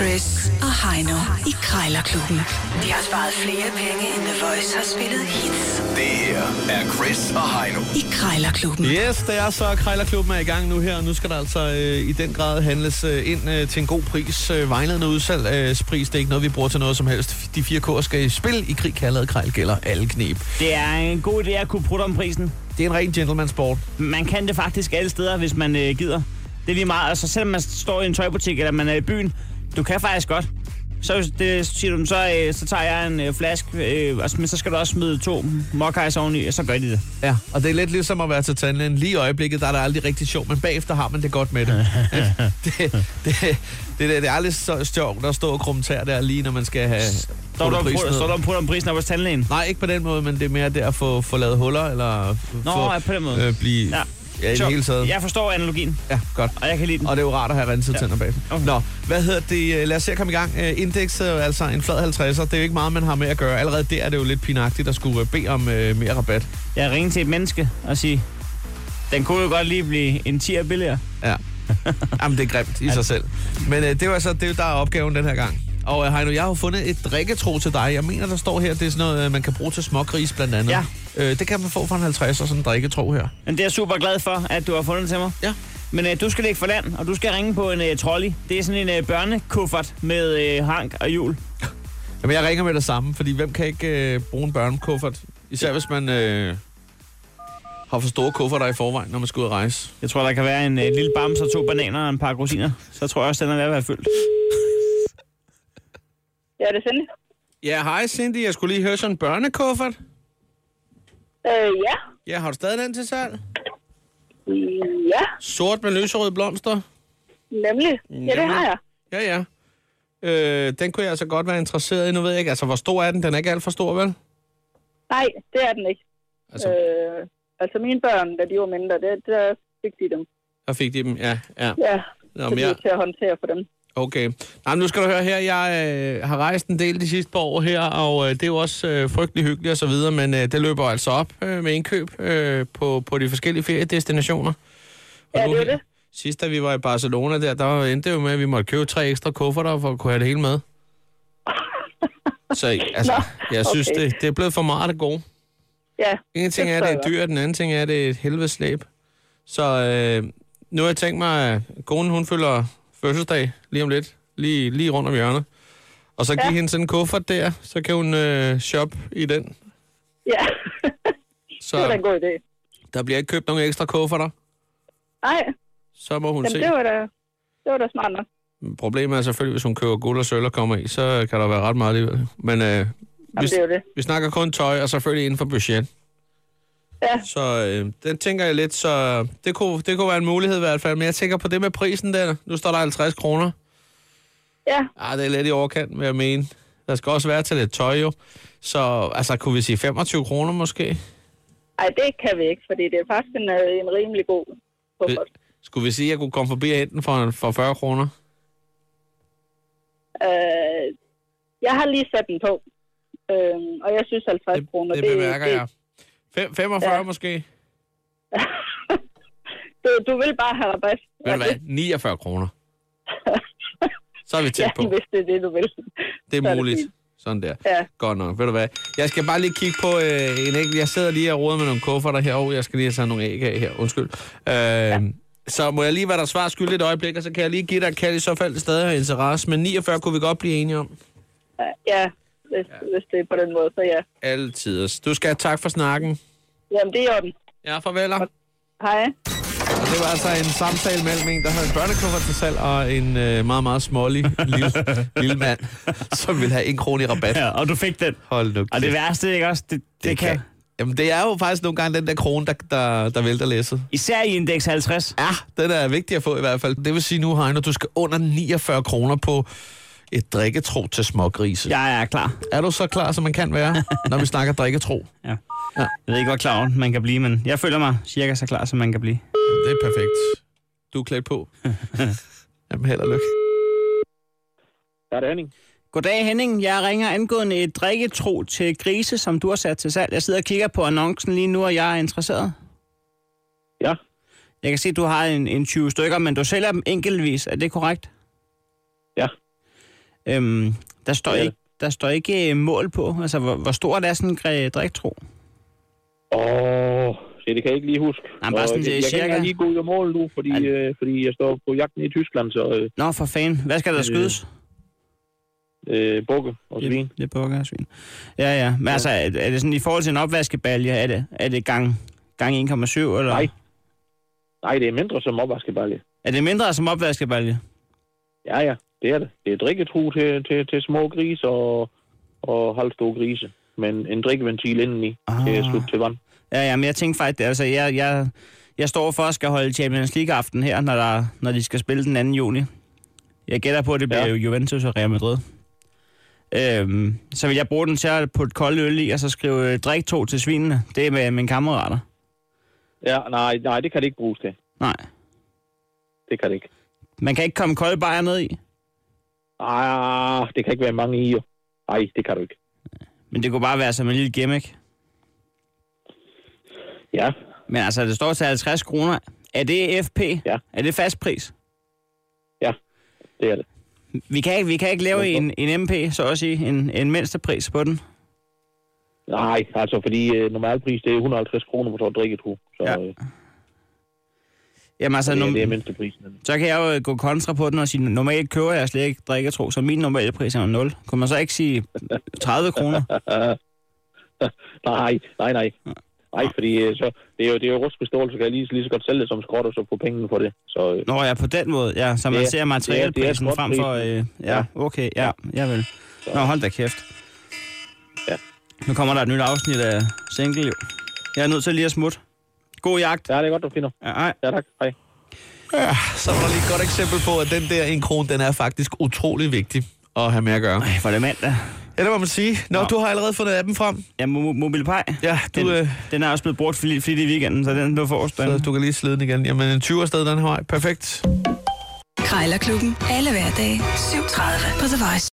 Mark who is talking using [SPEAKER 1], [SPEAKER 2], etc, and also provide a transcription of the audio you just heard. [SPEAKER 1] Chris og Heino i Krejlerklubben. De har sparet flere penge, end The Voice har spillet hits
[SPEAKER 2] Det her er Chris og Heino.
[SPEAKER 1] i Krejlerklubben.
[SPEAKER 3] Yes, det er så. Krejlerklubben er i gang nu her, og nu skal der altså øh, i den grad handles øh, ind øh, til en god pris. Øh, vejledende udsalgspris, det er ikke noget, vi bruger til noget som helst. De fire kår skal i spil i krig, kaldet krejl gælder alle knep.
[SPEAKER 4] Det er en god idé at kunne prutte om prisen.
[SPEAKER 3] Det er en ren gentleman sport.
[SPEAKER 4] Man kan det faktisk alle steder, hvis man øh, gider. Det er lige meget. Altså, selvom man står i en tøjbutik, eller man er i byen, du kan faktisk godt. Så hvis det, siger du, så, øh, så tager jeg en øh, flaske, øh, og- men så skal du også smide to mokkajs oveni, og så gør de det.
[SPEAKER 3] Ja, og det er lidt ligesom at være til tandlægen. Lige i øjeblikket, der er det aldrig rigtig sjovt, men bagefter har man det godt med det. det, det, det, det, det er aldrig så sjovt at stå og krumme tær der, lige når man skal have...
[SPEAKER 4] Står
[SPEAKER 3] putte
[SPEAKER 4] du, og
[SPEAKER 3] prisen
[SPEAKER 4] prutter-
[SPEAKER 3] ned.
[SPEAKER 4] står du og prutter om prisen op hos tandlægen?
[SPEAKER 3] Nej, ikke på den måde, men det er mere det at få, få lavet huller, eller f-
[SPEAKER 4] Nå,
[SPEAKER 3] få,
[SPEAKER 4] ja, på den måde.
[SPEAKER 3] Øh, blive... Ja.
[SPEAKER 4] Ja.
[SPEAKER 3] Ja, i det
[SPEAKER 4] Så,
[SPEAKER 3] hele taget.
[SPEAKER 4] Jeg forstår analogien,
[SPEAKER 3] Ja, godt.
[SPEAKER 4] og jeg kan lide den.
[SPEAKER 3] Og det er jo rart at have renset ja.
[SPEAKER 4] Ja.
[SPEAKER 3] tænder bag. Okay.
[SPEAKER 4] Okay.
[SPEAKER 3] Nå, hvad hedder det? Lad os se at komme i gang. Øh, Indekset er jo altså en flad 50'er. Det er jo ikke meget, man har med at gøre. Allerede der er det jo lidt pinagtigt at skulle øh, bede om øh, mere rabat.
[SPEAKER 4] Jeg ringer til et menneske og siger, den kunne jo godt lige blive en 10'er billigere.
[SPEAKER 3] Ja. Jamen, det er grimt i sig selv. Men øh, det er jo altså, det er jo, der er opgaven den her gang. Og øh, Heino, jeg har jo fundet et drikketro til dig. Jeg mener, der står her, det er sådan noget, øh, man kan bruge til smågris blandt andet.
[SPEAKER 4] Ja.
[SPEAKER 3] Øh, det kan man få fra en 50'er, sådan en drikketro her.
[SPEAKER 4] Men det er jeg super glad for, at du har fundet til mig.
[SPEAKER 3] Ja.
[SPEAKER 4] Men øh, du skal ligge for land, og du skal ringe på en øh, trolley. Det er sådan en øh, børnekuffert med øh, hank og hjul.
[SPEAKER 3] Jamen, jeg ringer med det samme, fordi hvem kan ikke øh, bruge en børnekuffert? Især hvis man øh, har for store kufferter i forvejen, når man skal ud og rejse.
[SPEAKER 4] Jeg tror, der kan være en øh, lille bamse og to bananer og en par rosiner. Så tror jeg også, den er ved at være fyldt.
[SPEAKER 5] Ja, det er Cindy.
[SPEAKER 3] Ja, hej Cindy. Jeg skulle lige høre sådan en børnekuffert.
[SPEAKER 5] Øh, ja.
[SPEAKER 3] Ja, har du stadig den til salg?
[SPEAKER 5] Mm, Ja,
[SPEAKER 3] Sort med lyserøde blomster.
[SPEAKER 5] nemlig. Ja, det
[SPEAKER 3] Nemlig.
[SPEAKER 5] har jeg.
[SPEAKER 3] Ja, ja. Øh, den kunne jeg altså godt være interesseret i. Nu ved jeg ikke, altså hvor stor er den? Den er ikke alt for stor, vel?
[SPEAKER 5] Nej, det er den ikke.
[SPEAKER 3] Altså,
[SPEAKER 5] Øh, altså mine børn, da de var mindre, det, der fik de dem.
[SPEAKER 3] der fik de dem. Ja, ja.
[SPEAKER 5] Ja,
[SPEAKER 3] Nå,
[SPEAKER 5] så
[SPEAKER 3] men
[SPEAKER 5] det er
[SPEAKER 3] jeg,
[SPEAKER 5] til at håndtere for dem.
[SPEAKER 3] okay. Nej, men nu skal du høre her. Jeg øh, har rejst en del de sidste par år her, og øh, det er jo også øh, frygtelig hyggeligt og så videre, men øh, det løber altså op øh, med indkøb øh, på, på de forskellige feriedestinationer. Og
[SPEAKER 5] Ja,
[SPEAKER 3] nu
[SPEAKER 5] det er
[SPEAKER 3] her-
[SPEAKER 5] det.
[SPEAKER 3] Sidst, da vi var i Barcelona der, der endte det jo med, at vi måtte købe tre ekstra kufferter for at kunne have det hele med. Så altså, Nå,
[SPEAKER 5] Nå,
[SPEAKER 3] jeg synes,
[SPEAKER 5] okay.
[SPEAKER 3] det, det er blevet for meget af det gode.
[SPEAKER 5] Ja,
[SPEAKER 3] En ting
[SPEAKER 5] Det
[SPEAKER 3] er, at det er
[SPEAKER 5] forstår jeg
[SPEAKER 3] dyrt, den anden ting er, at det er et helvedes slæb. Så øh, nu har jeg tænkt mig, at konen hun følger fødselsdag lige om lidt, lige, lige rundt om hjørnet. Og så give
[SPEAKER 5] Ja.
[SPEAKER 3] hende sådan en kuffert der, så kan hun øh, shoppe i den.
[SPEAKER 5] ja. det var da
[SPEAKER 3] Så
[SPEAKER 5] en god idé.
[SPEAKER 3] der bliver ikke købt nogen ekstra kufferter.
[SPEAKER 5] Nej,
[SPEAKER 3] Så må hun
[SPEAKER 5] jamen,
[SPEAKER 3] se.
[SPEAKER 5] det var da, det var da smart nok.
[SPEAKER 3] Problemet er selvfølgelig, hvis hun køber guld og sølv og kommer i, så kan der være ret meget alligevel. Men øh,
[SPEAKER 5] Jamen,
[SPEAKER 3] Hvis-
[SPEAKER 5] det er jo det.
[SPEAKER 3] vi snakker kun tøj, og selvfølgelig inden for budget.
[SPEAKER 5] Ja.
[SPEAKER 3] Så øh, den tænker jeg lidt, så det kunne, det kunne være en mulighed i hvert fald. Men jeg tænker på det med prisen der. Nu står der 50 kroner.
[SPEAKER 5] Ja,
[SPEAKER 3] Ah, det er lidt i overkant, vil jeg mene. Der skal også være til lidt tøj jo. Så altså, kunne vi sige 25 kroner måske?
[SPEAKER 5] ej, det kan vi ikke, fordi det er faktisk en, øh, en rimelig god kuffert.
[SPEAKER 3] Skulle vi sige, at jeg kunne komme forbi og hente den for, for 40 kroner?
[SPEAKER 5] Øh, jeg har lige sat den på, øh, og jeg synes 50 kroner,
[SPEAKER 3] det bemærker
[SPEAKER 5] det,
[SPEAKER 3] jeg. Fem- 45 ja.
[SPEAKER 5] Ja.
[SPEAKER 3] måske?
[SPEAKER 5] Det, du vil bare have rabat.
[SPEAKER 3] Ved
[SPEAKER 5] og
[SPEAKER 3] du hvad? 49 kroner. Så er vi
[SPEAKER 5] Ja,
[SPEAKER 3] tæt på.
[SPEAKER 5] hvis det er det, du vil.
[SPEAKER 3] Det
[SPEAKER 5] Så
[SPEAKER 3] er
[SPEAKER 5] er det
[SPEAKER 3] muligt.
[SPEAKER 5] fint.
[SPEAKER 3] Sådan der.
[SPEAKER 5] Ja.
[SPEAKER 3] Godt nok. Ved du hvad? Jeg skal bare lige kigge på øh, en æg. Jeg sidder lige og roder med nogle kufferter herovre. Jeg skal lige have taget nogle æg af her. Undskyld. Øh, ja. Så må jeg lige være der svar skyldig et øjeblik, og så kan jeg lige give dig et kald i så fald stadig har interesse. Men 49 kunne vi godt blive enige om.
[SPEAKER 5] Ja, hvis, ja. hvis det er på den måde, så ja.
[SPEAKER 3] Altid. Du skal have tak for snakken.
[SPEAKER 5] Jamen, det er i orden.
[SPEAKER 3] Ja, farvel.
[SPEAKER 5] Hej.
[SPEAKER 3] Og det var altså en samtale mellem en, der havde en børnekuffert til salg, og en øh, meget, meget smålig lille, lille mand, som ville have en krone i rabat.
[SPEAKER 4] Ja, og du fik den.
[SPEAKER 3] Hold nu
[SPEAKER 4] Og
[SPEAKER 3] kæft.
[SPEAKER 4] det værste, ikke også? Det, det, det kan. kan.
[SPEAKER 3] Jamen, det er jo faktisk nogle gange den der krone, der, der, der vælter læsset.
[SPEAKER 4] Især i indeks 50.
[SPEAKER 3] Ja, den er vigtig at få i hvert fald. Det vil sige nu, Heino, du skal under 49 kroner på et drikketro til smågrise. Ja.
[SPEAKER 4] Jeg er klar.
[SPEAKER 3] Er du så klar, som man kan være, når vi snakker drikketro?
[SPEAKER 4] Ja. ja. Jeg ved ikke, hvor klar man kan blive, men jeg føler mig cirka så klar, som man kan blive.
[SPEAKER 3] Det er perfekt. Du er klædt på. Jamen, held og lykke.
[SPEAKER 6] Der er det Henning.
[SPEAKER 4] Goddag Henning, jeg ringer angående et drikketro til grise, som du har sat til salg. Jeg sidder og kigger på annoncen lige nu, og jeg er interesseret.
[SPEAKER 6] Ja,
[SPEAKER 4] Jeg kan se, at du har en, en 20 stykker, men du sælger dem enkeltvis. Er det korrekt?
[SPEAKER 6] ja.
[SPEAKER 4] Øhm, der, står
[SPEAKER 6] Ja.
[SPEAKER 4] ikke, der står ikke øh, mål på, altså hvor, hvor stort er sådan en gre- driktro?
[SPEAKER 6] Åh, se, det kan jeg ikke lige huske.
[SPEAKER 4] Nej, men bare
[SPEAKER 6] Og
[SPEAKER 4] sådan,
[SPEAKER 6] jeg,
[SPEAKER 4] øh,
[SPEAKER 6] jeg
[SPEAKER 4] cirka.
[SPEAKER 6] kan ikke lige gå ud og måle nu, fordi,
[SPEAKER 4] Ej.
[SPEAKER 6] øh, fordi jeg står på jagten i Tyskland, så øh,
[SPEAKER 4] Nå, for fanden. Hvad skal der
[SPEAKER 6] Øh,
[SPEAKER 4] skydes?
[SPEAKER 6] øh, bukke og svin.
[SPEAKER 4] Det, det er bukker og svin. Ja, ja. Men ja. altså, er er det sådan i forhold til en opvaskebalje, er det, er det gang, gang 1,7? Eller?
[SPEAKER 6] Nej. Nej, det er mindre som opvaskebalje.
[SPEAKER 4] Er det mindre som opvaskebalje?
[SPEAKER 6] Ja, ja, det er det. Det er drikketru til, til, til små grise og, og halvstore grise. Men en drikkeventil indeni
[SPEAKER 4] Ah.
[SPEAKER 6] ah. til slut til vand.
[SPEAKER 4] Ja, ja, men jeg tænker faktisk, altså, jeg, jeg, jeg står for at skal holde Champions League-aften her, når, der, når de skal spille den 2. juni. Jeg gætter på, at det
[SPEAKER 6] Ja.
[SPEAKER 4] bliver ja. Juventus og Real Madrid. Øhm, så vil jeg bruge den til at putte kold øl i, og så skrive øh, drik to til svinene. Det er med mine kammerater.
[SPEAKER 6] Ja, nej, nej, det kan det ikke bruges til.
[SPEAKER 4] Nej,
[SPEAKER 6] Det kan det ikke.
[SPEAKER 4] man kan ikke komme kolde bajer ned i.
[SPEAKER 6] Ah, det kan ikke være mange i. jo. Nej, det kan du ikke.
[SPEAKER 4] Men det kunne bare være som en lille gimmick.
[SPEAKER 6] Ja,
[SPEAKER 4] Men altså, det står til 50 kroner. Er det FP?
[SPEAKER 6] Ja.
[SPEAKER 4] Er det fast pris?
[SPEAKER 6] det er det.
[SPEAKER 4] Vi kan ikke, vi kan ikke lave
[SPEAKER 6] Hvorfor?
[SPEAKER 4] en, en MP, så også en, en mindstepris på den.
[SPEAKER 6] Nej, altså fordi øh, normalpris det er 150 kroner på sådan et drikketru. Så
[SPEAKER 4] Ja,
[SPEAKER 6] ja, øh,
[SPEAKER 4] Jamen altså,
[SPEAKER 6] det, er,
[SPEAKER 4] num-
[SPEAKER 6] det er mindsteprisen.
[SPEAKER 4] så kan jeg jo øh, gå kontra på den og sige, normalt køber jeg slet ikke drikketro, så min normale pris er jo 0. Kunne man så ikke sige 30 kroner?
[SPEAKER 6] Nej, nej, nej. Nej, fordi øh, så, det er jo, det er jo rustbeståelse, kan jeg lige, lige så godt sælge det som skrot, og så få pengene for det. Så øh,
[SPEAKER 4] Nå ja, på den måde, ja, så man
[SPEAKER 6] Det
[SPEAKER 4] ja,
[SPEAKER 6] er-
[SPEAKER 4] ser materialprisen
[SPEAKER 6] det er- det er
[SPEAKER 4] frem for... Øh, ja,
[SPEAKER 6] Ja.
[SPEAKER 4] okay, ja, ja vel. Nå, hold da kæft.
[SPEAKER 6] Ja.
[SPEAKER 4] Nu kommer der et nyt afsnit af Single Liv. Jeg er nødt til lige at smutte. God jagt.
[SPEAKER 6] ja, det er godt, du finder.
[SPEAKER 4] Ja, ej.
[SPEAKER 6] Ja, tak. Hej.
[SPEAKER 3] Så var der lige et godt eksempel på, at den der en kron, den er faktisk utrolig vigtig at have med at gøre.
[SPEAKER 4] Ej, for det er mandag.
[SPEAKER 3] Ja, det må man sige. Nå, Nå. du har allerede fundet appen frem.
[SPEAKER 4] Ja, mo- mobilpej.
[SPEAKER 3] Ja, du,
[SPEAKER 4] Den,
[SPEAKER 3] øh,
[SPEAKER 4] den er også blevet brugt flittigt flit i weekenden, så den blev forrest.
[SPEAKER 3] så
[SPEAKER 4] Den.
[SPEAKER 3] du kan lige slide den igen. Jamen, en 20'er sted den her vej. Perfekt.
[SPEAKER 1] Krejlerklubben. Alle hverdage. 7.30 på The Voice.